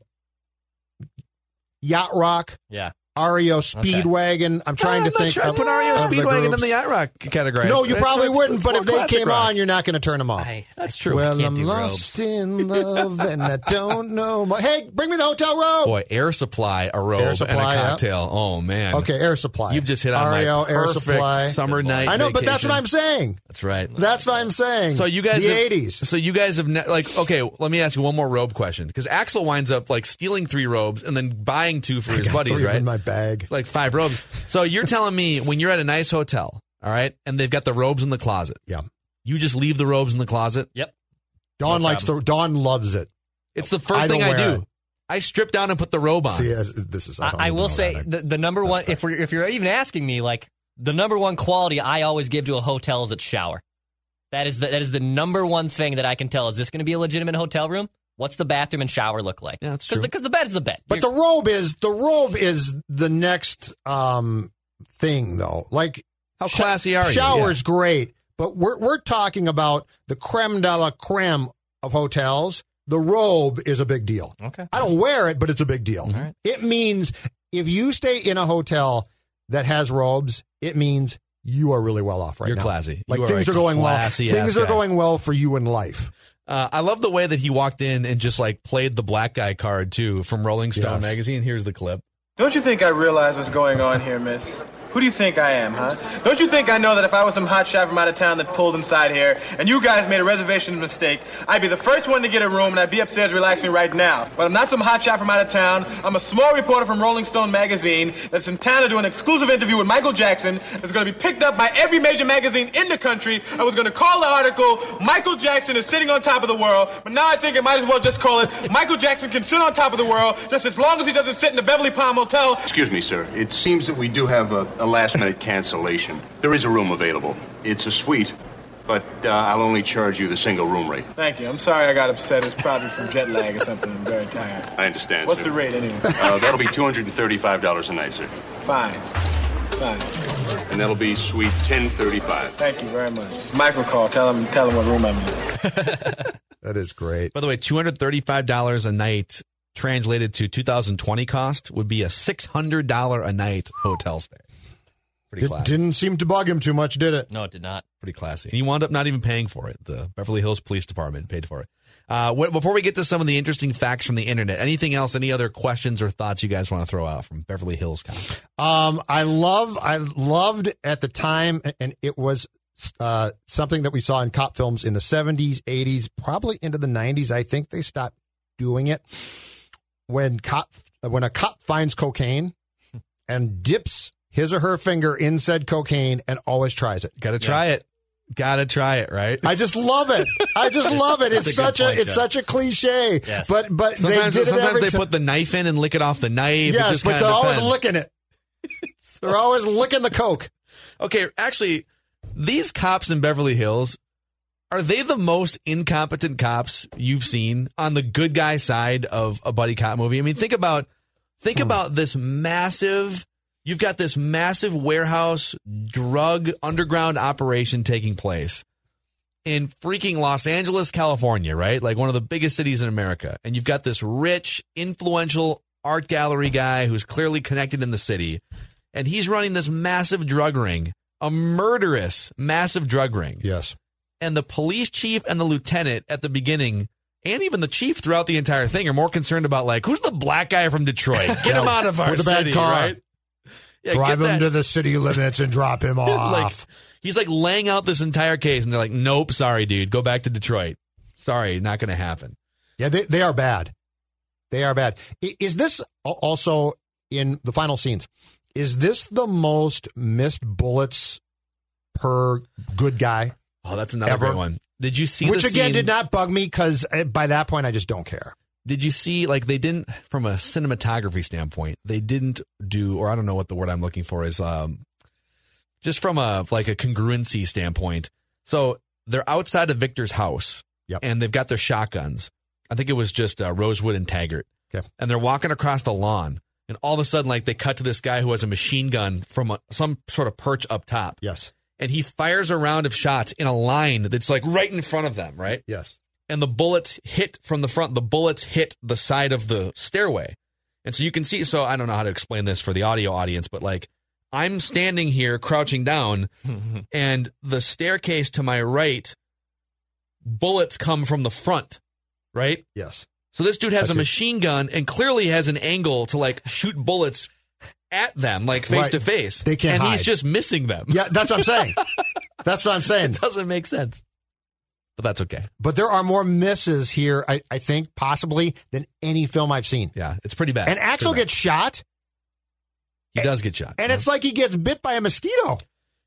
yacht rock, Yeah. REO Speedwagon. I'm trying Uh, I'm to not think. sure I of- put REO of the Speedwagon in groups. the yacht rock category. No, you It's- probably it's- wouldn't. it's but more if they classic came rock. on, you're not going to turn them off. That's true. Well, I can't I'm do lost in love and I don't know. My- hey, bring me the hotel robe. Oh, Boy, air supply, a robe, Air Supply, and a yeah. cocktail. Oh man. Okay, air supply. You've just hit on my REO, air perfect supply. summer night. I know, but that's vacation. what I'm saying. That's right. That's what I'm saying. So you guys, the have- 80s. So you guys have ne- like okay. Let me ask you one more robe question because Axel winds up like stealing three robes and then buying two for his got buddies, three of 'em right? in my bag, like five robes. So you're telling me when you're at a nice hotel, all right, and they've got the robes in the closet. Yeah. You just leave the robes in the closet. Yep. Dawn likes the Dawn loves it. It's the first thing I do. I strip down and put the robe on. See, yes, this is. don't I, I even will know say that. the, the number one if we're if you're even asking me like the number one quality I always give to a hotel is its shower. That is the, that is the number one thing that I can tell. Is this going to be a legitimate hotel room? What's the bathroom and shower look like? Yeah, that's true. Because the, bed is the bed. But the robe is the robe is the next um thing though. Like how classy are you? Shower's great, but we're we're talking about the creme de la creme of hotels. The robe is a big deal. Okay. I don't wear it, but it's a big deal. It means if you stay in a hotel that has robes, it means you are really well off right You're now. classy. Like You are things a are going well. classy ass Things are guy. going well for you in life. Uh, I love the way that he walked in and just like played the black guy card too from Rolling Stone Yes. magazine. Here's the clip. Don't you think I realize what's going on here, miss? Who do you think I am, huh? Don't you think I know that if I was some hotshot from out of town that pulled inside here and you guys made a reservation mistake, I'd be the first one to get a room and I'd be upstairs relaxing right now. But I'm not some hotshot from out of town. I'm a small reporter from Rolling Stone magazine that's in town to do an exclusive interview with Michael Jackson that's going to be picked up by every major magazine in the country. I was going to call the article, Michael Jackson is sitting on top of the world, but now I think I might as well just call it, Michael Jackson can sit on top of the world just as long as he doesn't sit in the Beverly Palm Hotel Excuse me, sir. It seems that we do have a, a last minute cancellation. There is a room available. It's a suite, but uh, I'll only charge you the single room rate. Thank you. I'm sorry I got upset. It's probably from jet lag or something. I'm very tired. I understand. What's sir. the rate anyway? Uh, that'll be $235 a night, sir. Fine. Fine. And that'll be suite 1035. Thank you very much. Michael call. Tell him tell him what room I'm in. That is great. By the way, two hundred thirty-five dollars a night translated to two thousand twenty cost would be a six hundred dollar a night hotel stay. Pretty Did, classy. didn't seem to bug him too much, did it? No, it did not. Pretty classy. And you wound up not even paying for it. The Beverly Hills Police Department paid for it. Uh, wh- before we get to some of the interesting facts from the internet, anything else? Any other questions or thoughts you guys want to throw out from Beverly Hills? Cop? Um, I love, I loved at the time, and it was uh, something that we saw in cop films in the seventies, eighties, probably into the nineties. I think they stopped doing it when cop when a cop finds cocaine and dips his or her finger in said cocaine and always tries it. Got to try it. Got to try it, right? I just love it. I just love it. That's It's a good such a point, it's Jeff. such a cliche. But but sometimes they did it sometimes every they ti- put the knife in and lick it off the knife. It yes, just but kinda they're always depends. licking it. They're always licking the coke. Okay, actually, these cops in Beverly Hills are they the most incompetent cops you've seen on the good guy side of a buddy cop movie? I mean, think about think about this massive. You've got this massive warehouse drug underground operation taking place in freaking Los Angeles, California, right? Like one of the biggest cities in America. And you've got this rich, influential art gallery guy who's clearly connected in the city. And he's running this massive drug ring, a murderous, massive drug ring. Yes. And the police chief and the lieutenant at the beginning, and even the chief throughout the entire thing, are more concerned about, like, who's the black guy from Detroit? Get him Yeah, out of our with a bad city, car. right? Yeah, Drive get him that- to the city limits and drop him like, off. he's like laying out this entire case, and they're like, "Nope, sorry, dude, go back to Detroit. Sorry, not going to happen." yeah, they, they are bad. They are bad. I- Is this al- also in the final scenes? Is this the most missed bullets per good guy? Oh, that's another Ever. great one. Did you see Which the again scene- did not bug me because by that point I just don't care. Did you see like they didn't from a cinematography standpoint? They didn't do, or I don't know what the word I'm looking for is. Um, just from a like a congruency standpoint. So they're outside of Victor's house, and they've got their shotguns. I think it was just uh, Rosewood and Taggart, and they're walking across the lawn, and all of a sudden, like they cut to this guy who has a machine gun from a, some sort of perch up top. Yes, and he fires a round of shots in a line that's like right in front of them, right? Yes, and the bullets hit from the front. The bullets hit the side of the stairway. And so you can see, so I don't know how to explain this for the audio audience, but like I'm standing here crouching down, and the staircase to my right, bullets come from the front, right? Yes. So this dude has I a see. machine gun and clearly has an angle to like shoot bullets at them, like face Right. to face. They can't And he's hide. just missing them. Yeah, that's what I'm saying. that's what I'm saying. It doesn't make sense. But that's okay. But there are more misses here, I, I think, possibly than any film I've seen. Yeah, it's pretty bad. And Axel Pretty gets shot, He does get shot. and it's like he gets bit by a mosquito.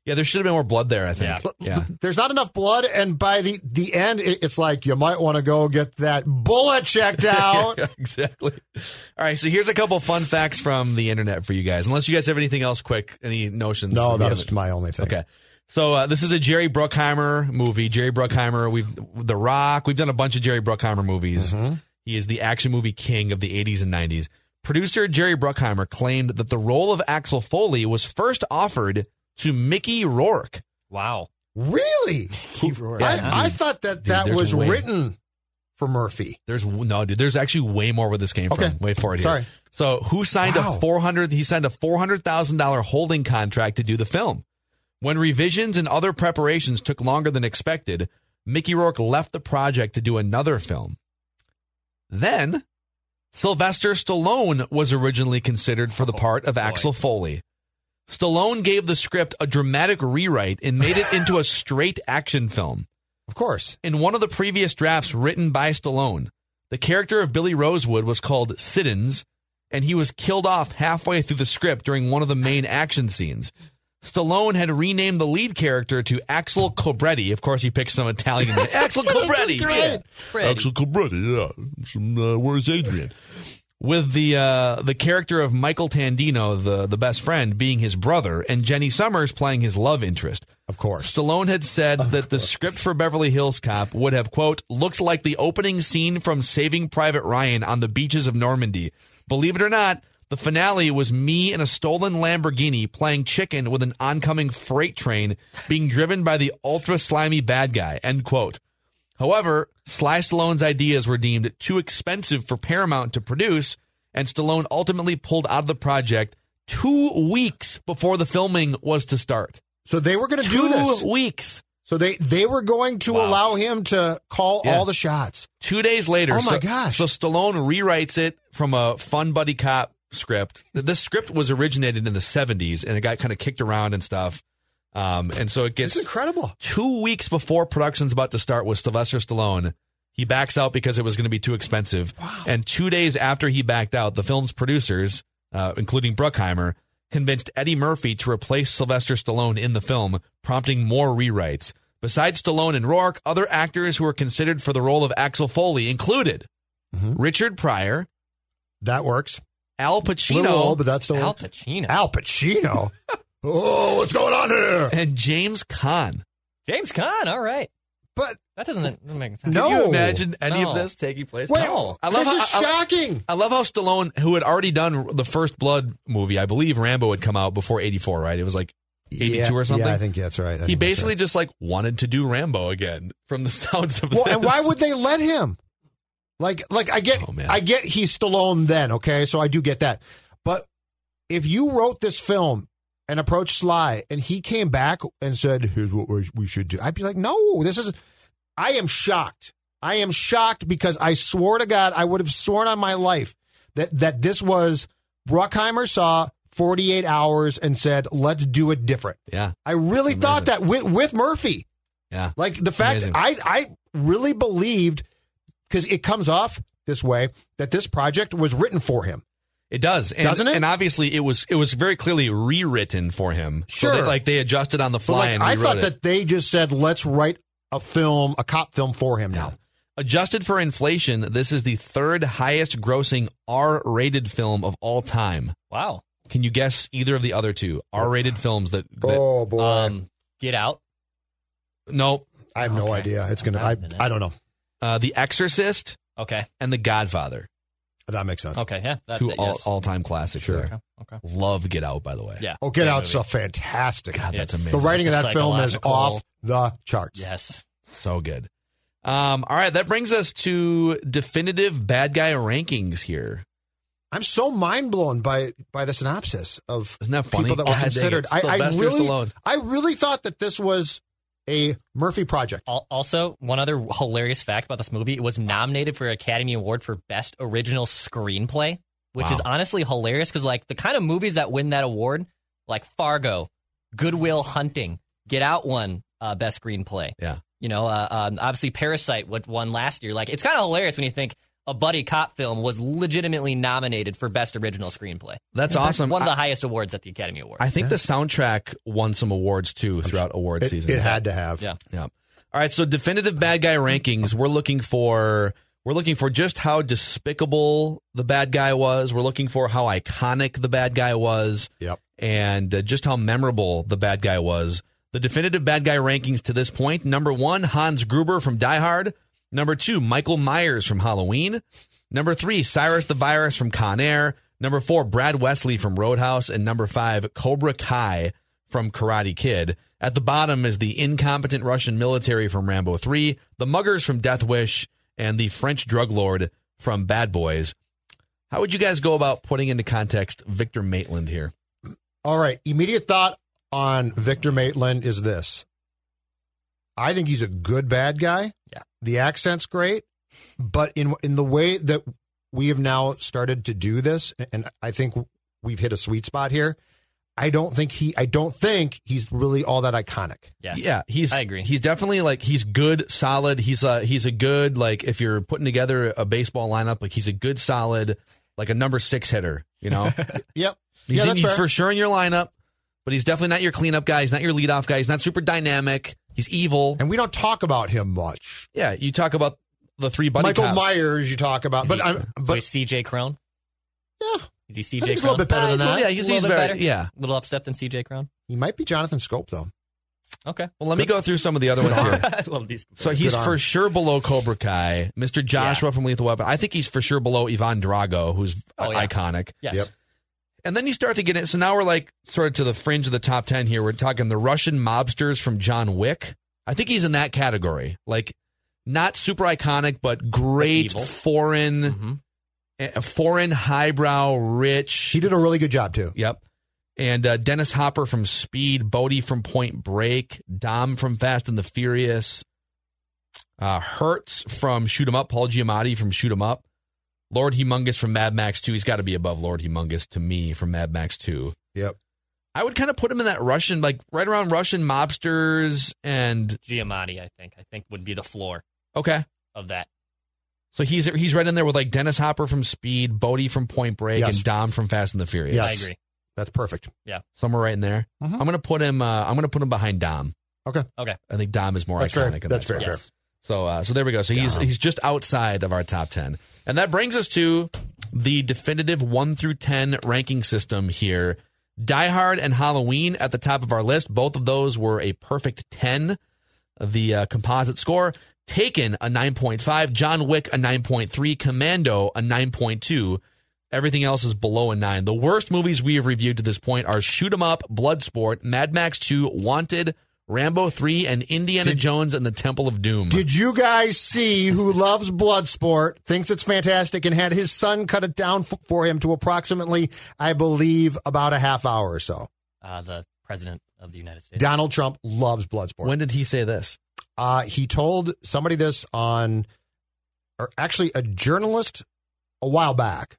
Yeah, there should have been more blood there. I think. Yeah. There's not enough blood, and by the the end, it, it's like you might want to go get that bullet checked out. Yeah, exactly. All right, so here's a couple fun facts from the internet for you guys. Unless you guys have anything else quick, any notions? No, that You was haven't- my only thing. Okay. So uh, this is a Jerry Bruckheimer movie. Jerry Bruckheimer, we've The Rock. We've done a bunch of Jerry Bruckheimer movies. Mm-hmm. He is the action movie king of the 80s and 90s. Producer Jerry Bruckheimer claimed that the role of Axel Foley was first offered to Mickey Rourke. Wow. Really? I, I thought that that was written. for Murphy. There's no, dude. There's actually way more where this came Okay. from. Wait for it. Here. Sorry. So who signed Wow. a four hundred? He signed a four hundred thousand dollar holding contract to do the film. When revisions and other preparations took longer than expected, Mickey Rourke left the project to do another film. Then, Sylvester Stallone was originally considered for the part of Axel Foley. Stallone gave the script a dramatic rewrite and made it into a straight action film. Of course. In one of the previous drafts written by Stallone, the character of Billy Rosewood was called Siddons, and he was killed off halfway through the script during one of the main action scenes. Stallone had renamed the lead character to Axel Cobretti. Of course, he picked some Italian. name. Axel This is Cobretti. great. yeah. Freddy. Axel Cobretti. Yeah. Some, uh, where's Adrian? With the uh, the character of Michael Tandino, the the best friend, being his brother, and Jenny Summers playing his love interest. Of course, Stallone had said that the script for Beverly Hills Cop would have quote looked like the opening scene from Saving Private Ryan on the beaches of Normandy. Believe it or not, the finale was me in a stolen Lamborghini playing chicken with an oncoming freight train being driven by the ultra slimy bad guy. End quote. However, Sly Stallone's ideas were deemed too expensive for Paramount to produce, and Stallone ultimately pulled out of the project two weeks before the filming was to start. So they were going to do Two this weeks. So they they were going to allow him to call Yeah. all the shots. Two days later. Oh my so, gosh. So Stallone rewrites it from a fun buddy cop script. This script was originated in the '70s, and it got kind of kicked around and stuff. Um, and so it gets It's incredible. Two weeks before production's about to start with Sylvester Stallone, he backs out because it was going to be too expensive. And two days after he backed out, the film's producers, uh, including Bruckheimer, convinced Eddie Murphy to replace Sylvester Stallone in the film, prompting more rewrites. Besides Stallone and Rourke, other actors who were considered for the role of Axel Foley included Richard Pryor. That works. Al Mm-hmm. Little Pacino. old, but that's still- Al Pacino. Al Pacino. oh, what's going on here? And James Caan. James Caan, all right. But that doesn't, doesn't make sense. Can you imagine any of this taking place? Wait, this is shocking. I love how Stallone, who had already done the first Blood movie, I believe Rambo had come out before '84, right? It was like '82 Yeah, or something. Yeah, I think that's right. I he think that's basically just like wanted to do Rambo again. From the sounds right. of this, Well, and why would they let him? Like, like I Oh, get, I get he's Stallone then, okay, so I do get that. But if you wrote this film and approached Sly and he came back and said, "Here's what we we should do," I'd be like, "No, this is." I am shocked. I am shocked because I swore to God, I would have sworn on my life that that this was Bruckheimer saw 48 hours and said, "Let's do it different." Yeah, I really thought that with, with Murphy. yeah, Like the fact amazing. I I really believed because it comes off this way that this project was written for him. It does, and, Doesn't it? And obviously, it was it was very clearly rewritten for him. Sure. so they, like they adjusted on the But fly. like and I rewrote thought it. that they just said, "Let's write a film, a cop film for him now." Adjusted for inflation, this is the third highest grossing R rated film of all time. Wow. Can you guess either of the other two R rated films that, that- Oh boy, uh, Um, Get out. No. I have no idea. It's gonna. I I don't know. Uh, the Exorcist. Okay. And The Godfather. That makes sense. Okay, yeah, that- Two that- all, yes. all-time classics. Sure. There. Okay. Love Get Out, by the way. Yeah. Oh, Get Out's a fantastic. God, It's- that's amazing. The writing It's of a that film is psychological- off the charts. Yes. So good. Um, all right, that brings us to definitive bad guy rankings here. I'm so mind blown by by the synopsis of Isn't that funny? people that God were dang it, considered. I, I Sylvester really, Stallone. I really thought that this was a Murphy project. Al- Also, one other hilarious fact about this movie: it was nominated for Academy Award for Best Original Screenplay, which Wow. is honestly hilarious because, like, the kind of movies that win that award, like Fargo, Goodwill Hunting, Get Out, won uh, Best Screenplay. Yeah. you know, uh, um, obviously Parasite what won last year. Like, it's kind of hilarious when you think, a buddy cop film was legitimately nominated for best original screenplay. That's awesome. One of I- the highest awards at the Academy Awards. I think the soundtrack won some awards too throughout award It- season. it had to have. Yeah. Yeah. All right. So definitive bad guy rankings. We're looking for we're looking for just how despicable the bad guy was. We're looking for how iconic the bad guy was. Yep. And uh, just how memorable the bad guy was. The definitive bad guy rankings to this point: number one, Hans Gruber from Die Hard. Number two, Michael Myers from Halloween. Number three, Cyrus the Virus from Con Air. Number four, Brad Wesley from Roadhouse. And number five, Cobra Kai from Karate Kid. At the bottom is the incompetent Russian military from Rambo 3, the muggers from Death Wish, and the French drug lord from Bad Boys. How would you guys go about putting into context Victor Maitland here? All right. Immediate thought on Victor Maitland is this. I think he's a good bad guy. Yeah. The accent's great, but in in the way that we have now started to do this, and I think we've hit a sweet spot here. I don't think he. I don't think he's really all that iconic. Yes. Yeah, he's I agree. he's definitely like he's good, solid. He's a he's a good like if you're putting together a baseball lineup, like he's a good solid like a number 6 hitter, you know. Yep. He's, yeah, in- that's he's fair. for sure in your lineup, but he's definitely not your cleanup guy. He's not your leadoff guy. He's not super dynamic. He's evil. And we don't talk about him much. Yeah, you talk about the three buddy Michael cops. Myers, you talk about, but I'm, So but is CJ Crone? Yeah. Is he CJ I Crone? think he's a little bit better than Uh, that. he's a- yeah, he's- A little he's bit better, better. yeah. A little upset than CJ Crone. He might be Jonathan Scope though. Okay. Well, let me go through some of the other ones here. I love these. So he's Good arm. for sure below Cobra Kai, Mr. Joshua from Lethal Weapon. I think he's for sure below Ivan Drago, who's Oh, yeah. iconic. Yes. Yep. And then you start to get it. So now we're like sort of to the fringe of the top 10 here. We're talking the Russian mobsters from John Wick. I think he's in that category. Like, not super iconic, but great evil. foreign, Mhm. eh, foreign, highbrow, rich. He did a really good job too. Yep. And uh, Dennis Hopper from Speed, Bodie from Point Break, Dom from Fast and the Furious, uh, Hertz from Shoot 'Em Up, Paul Giamatti from Shoot 'Em Up, Lord Humongous from Mad Max 2. He's got to be above Lord Humongous to me from Mad Max 2. Yep. I would kind of put him in that Russian, like right around Russian mobsters and Giamatti, I think. I think would be the floor okay. of that. So he's he's right in there with like Dennis Hopper from Speed, Bodie from Point Break, Yes. and Dom from Fast and the Furious. Yes. I agree. That's perfect. somewhere right in there. Mhm. I'm gonna put him. Uh, I'm gonna put him behind Dom. Okay. Okay. I think Dom is more That's fair. iconic. in That's that fair. spot. Fair. Yes. So uh, so there we go. So he's he's just outside of our top ten, and that brings us to the definitive one through ten ranking system here. Die Hard and Halloween at the top of our list. Both of those were a perfect ten. The uh, composite score. Taken a 9.5, John Wick a 9.3, Commando a 9.2. Everything else is below a nine. The worst movies we have reviewed to this point are Shoot 'Em Up, Bloodsport, Mad Max 2, Wanted, Rambo 3, and Indiana Jones and the Temple of Doom. Did you guys see who loves Bloodsport, thinks it's fantastic, and had his son cut it down f- for him to approximately, I believe, about a half hour or so? Uh, the president of the United States. Donald Trump loves Bloodsport. when did he say this? uh, he told somebody this on, or actually, a journalist a while back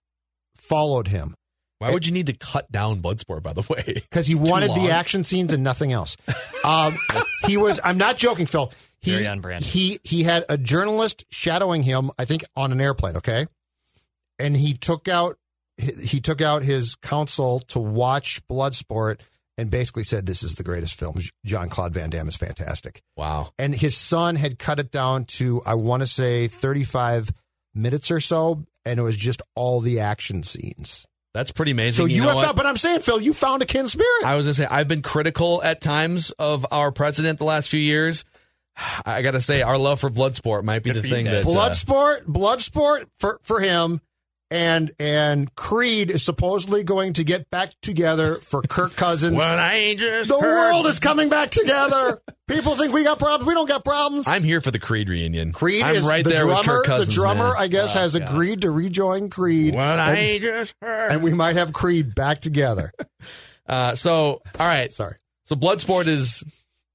followed him Why would you need to cut down Bloodsport, by the way? Eh. because he It's too wanted long. the action scenes and nothing else. Um, he was. I'm not joking, Phil. He, Very on brand. He he had a journalist shadowing him. I think on an airplane. Okay, and he took out he he took out his counsel to watch Bloodsport and basically said, "This is the greatest film. John Claude Van Damme is fantastic." Wow. And his son had cut it down to I want to say 35 minutes or so, and it was just all the action scenes. That's pretty amazing. So you, know have what? found, but I'm saying, Phil, you found a kin spirit. I was gonna say I've been critical at times of our president the last few years. I gotta say, our love for Bloodsport might be Good the for you thing guys. that uh, Bloodsport, Bloodsport for for him, and and Creed is supposedly going to get back together for Kirk Cousins. When I ain't just the heard- world is coming back together. People think we got problems. We don't got problems. I'm here for the Creed reunion. Creed I'm is right the there drummer. with Kirk Cousins. the drummer, man. I guess, has agreed to rejoin Creed, When I and, ain't just heard- and we might have Creed back together. Uh, so, all right. Sorry. So, Bloodsport is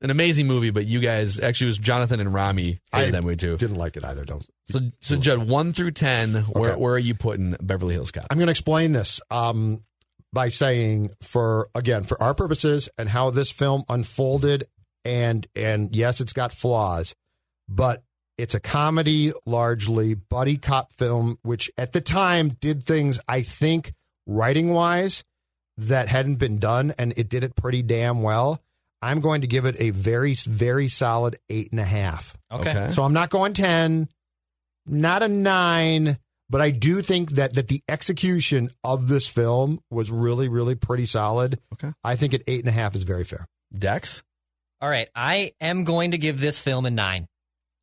an amazing movie, but you guys actually it was Jonathan and Rami hated that movie too. Didn't like it either. Don't. So, so Judd, one through ten, where Okay. where are you putting Beverly Hills Cop? I'm going to explain this um, by saying, for again, for our purposes and how this film unfolded, and and yes, it's got flaws, but It's a comedy, largely buddy cop film, which at the time did things, I think, writing wise, that hadn't been done, and it did it pretty damn well. I'm going to give it a very, very solid eight and a half. Okay. Okay. So I'm not going 10, not a nine, but I do think that, that the execution of this film was really, really pretty solid. Okay. I think at eight and a half is very fair. Dex? All right, I am going to give this film a nine.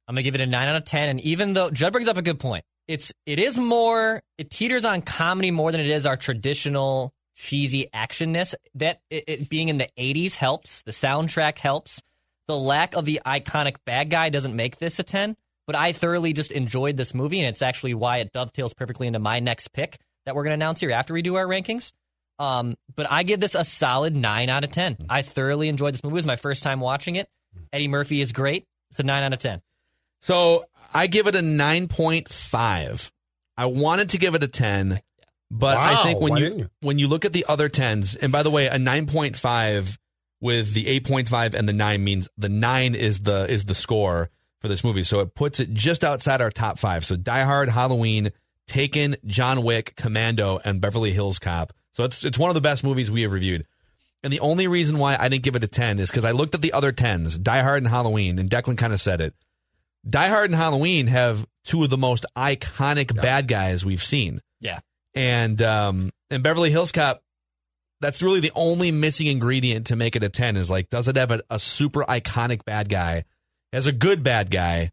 I'm going to give it a nine out of ten. And even though Judd brings up a good point, it's it is more it teeters on comedy more than it is our traditional cheesy actionness. That it, it being in the '80s helps. The soundtrack helps. The lack of the iconic bad guy doesn't make this a ten. But I thoroughly just enjoyed this movie, and it's actually why it dovetails perfectly into my next pick that we're going to announce here after we do our rankings. Um, but I give this a solid nine out of ten. I thoroughly enjoyed this movie. It was my first time watching it. Eddie Murphy is great. It's a nine out of ten. So I give it a 9.5. I wanted to give it a 10, but I Wow, think when why you, didn't you? when you look at the other 10s, and by the way, a 9.5 with the 8.5 and the 9 means the 9 is the is the score for this movie. So it puts it just outside our top 5. So Die Hard, Halloween, Taken, John Wick, Commando and Beverly Hills Cop. So it's it's one of the best movies we have reviewed. And the only reason why I didn't give it a 10 is cuz I looked at the other 10s, Die Hard and Halloween, and Declan kind of said it. Die Hard and Halloween have two of the most iconic bad guys we've seen. Yeah. And um and Beverly Hills Cop, that's really the only missing ingredient to make it a 10 is like does it have a, a super iconic bad guy? It has a good bad guy.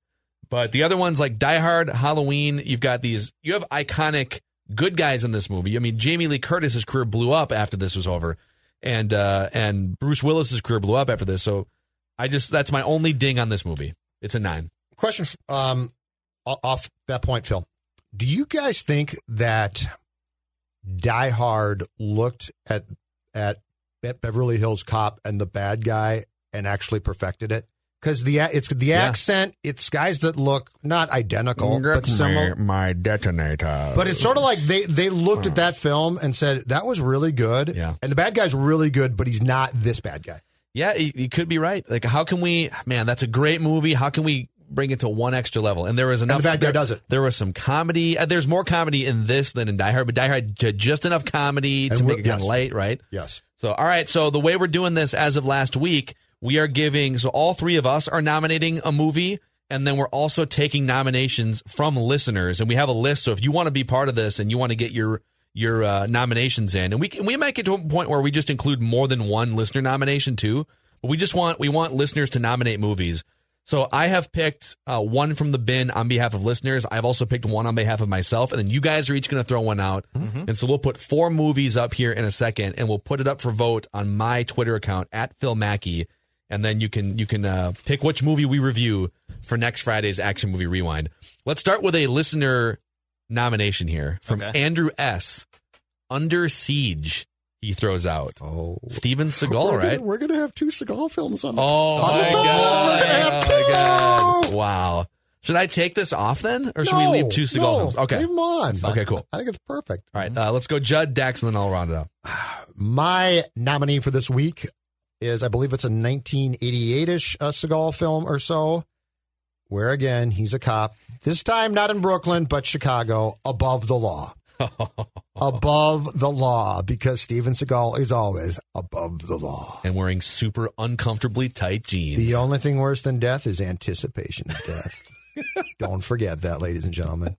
But the other ones like Die Hard, Halloween, you've got these you have iconic good guys in this movie. I mean, Jamie Lee Curtis's career blew up after this was over. And uh and Bruce Willis's career blew up after this. So I just that's my only ding on this movie. It's a 9. question f- um, o- off that point, Phil. Do you guys think that Die Hard looked at at Be- Beverly Hills Cop and the bad guy and actually perfected it? Because the a- it's the accent, it's guys that look not identical but similar. my detonator. But it's sort of like they they looked at that film and said that was really good. Yeah, and the bad guy's really good, but he's not this bad guy. Yeah, you you could be right. Like, how can we? Man, that's a great movie. How can we bring it to one extra level? And there was enough. bad guy there, does it. There was some comedy. Uh, there's more comedy in this than in Die Hard, but Die Hard had just enough comedy to And make we're- it kind of yes. light, right? Yes. So, all right. So the way we're doing this as of last week, we are giving. So all three of us are nominating a movie. And then we're also taking nominations from listeners, and we have a list. So if you want to be part of this and you want to get your your uh, nominations in, and we can, we might get to a point where we just include more than one listener nomination too. But we just want we want listeners to nominate movies. So I have picked uh, one from the bin on behalf of listeners. I've also picked one on behalf of myself, and then you guys are each going to throw one out. And so we'll put four movies up here in a second, and we'll put it up for vote on my Twitter account at Phil Mackey, and then you can you can uh, pick which movie we review for next Friday's Action Movie Rewind. Let's start with a listener nomination here from Okay. Andrew S. Under Siege. He throws out. Oh, Steven Seagal, we're right? Gonna, we're gonna have two Seagal films on. Oh on the my board. god! We're gonna have Oh my two. God. Wow. Should I take this off then, or should No, we leave two Seagal no, films? Okay. leave 'em on. That's fine. Okay, cool. I think it's perfect. All right, uh, let's go Judd, Dax, and then I'll round it up. My nominee for this week is, I believe it's a 1988-ish uh, Seagal film or so, where again he's a cop. This time not in Brooklyn, but Chicago, above the law. above the law, because Steven Seagal is always above the law. And wearing super uncomfortably tight jeans. The only thing worse than death is anticipation of death. Don't forget that, ladies and gentlemen.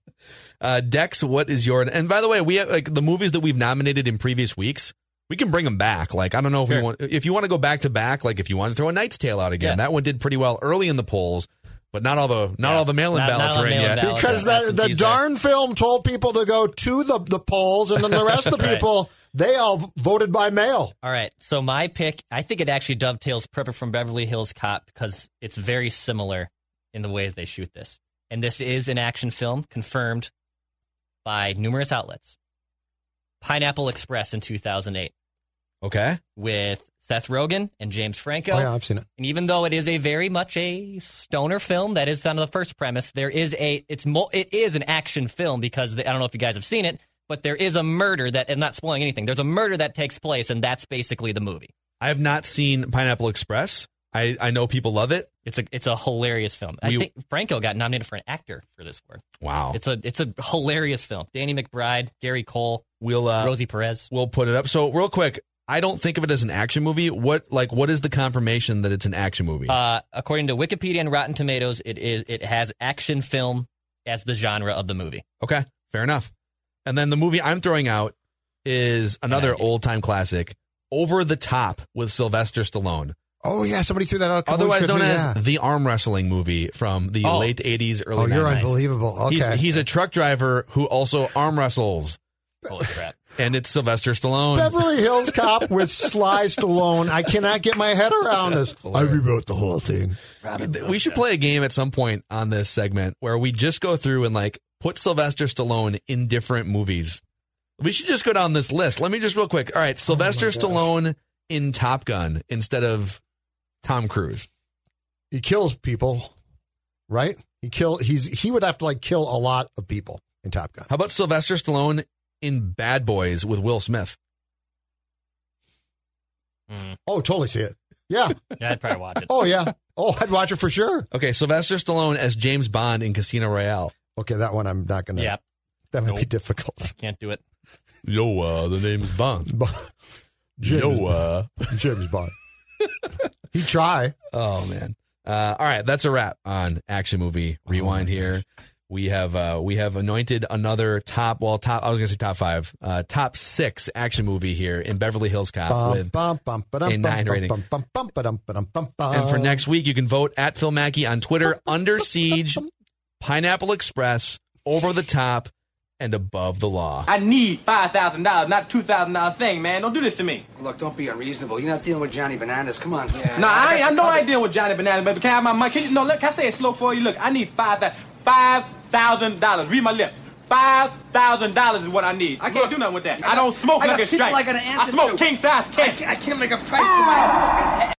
Uh, Dex, what is your? And by the way, we have like the movies that we've nominated in previous weeks. We can bring them back. Like I don't know if we Sure. want if you want to go back to back. Like if you want to throw a Knight's Tale out again, Yeah. that one did pretty well early in the polls, but not all the not all the mail-in Not- not ballots all are the in mail-in yet. ballots. Because Yeah, that, that's the what she darn film told people to go to the, the polls, and then the rest of the Right. people, they all v- voted by mail. All right. So my pick, I think it actually dovetails perfect from Beverly Hills Cop because it's very similar in the ways they shoot this. And this is an action film confirmed by numerous outlets. Pineapple Express in 2008 Okay. with Seth Rogen and James Franco. Oh, yeah, I've seen it. And even though it is a very much a stoner film, that is kind of the first premise. There is a it's mo- it is an action film because the, I don't know if you guys have seen it, but there is a murder that and not spoiling anything. There's a murder that takes place, and that's basically the movie. I have not seen Pineapple Express. I, I know people love it. It's a it's a hilarious film. I We- Oh. think Franco got nominated for an actor for this one. Wow. It's a it's a hilarious film. Danny McBride, Gary Cole. We'll uh, Rosie Perez. We'll put it up. So real quick, I don't think of it as an action movie. What like what is the confirmation that it's an action movie? Uh, according to Wikipedia and Rotten Tomatoes, it is it has action film as the genre of the movie. Okay, fair enough. And then the movie I'm throwing out is another old time classic, Over the Top with Sylvester Stallone. Oh yeah, somebody threw that out. a couple Otherwise weeks ago, known too, as yeah. the arm wrestling movie from the Oh. late 80s, early Oh, 90s. you're unbelievable. He's, Okay. he's a truck driver who also arm wrestles. Holy crap. And it's Sylvester Stallone. Beverly Hills Cop with Sly Stallone. I cannot get my head around this. I rewrote the whole thing. we should play a game at some point on this segment where we just go through and like put Sylvester Stallone in different movies. We should just go down this list. Let me just real quick. All right, Sylvester gosh. Stallone in Top Gun instead of Tom Cruise. He kills people, right? He kill. He's he would have to like kill a lot of people in Top Gun. How about Sylvester Stallone in Bad Boys with Will Smith? Oh, totally see it. Yeah. Yeah, I'd probably watch it. Oh yeah. Oh, I'd watch it for sure. Okay, Sylvester Stallone as James Bond in Casino Royale. Okay, that one I'm not gonna. Yeah. That would be Nope. difficult. Can't do it. Yo, uh, the name's Bond. James- Yo, uh. James Bond. he try. Oh man. Uh, all right, that's a wrap on action movie rewind here. We have uh, we have anointed another top well top I was gonna say top five uh, top six action movie here in Beverly Hills Cop with a nine rating. And And for next week, you can vote at Phil Mackey on Twitter under siege, Pineapple Express, over the top, and above the law. I need $5,000, not $2,000 thing, man. Don't do this to me. Look, don't be unreasonable. You're not dealing with Johnny Bananas. Come on. No, I, ain't- I know I ain't dealing with Johnny Banana, but can I have my money? Can you, no, look, can I say it slow for you? Look, I need five thou- five thousand dollars. Read my lips. Five thousand dollars is what I need. I can't do nothing with that. I, don't smoke I like got a people strike. I gotta answer smoke to. king size. Can't. I, can't make a price to my.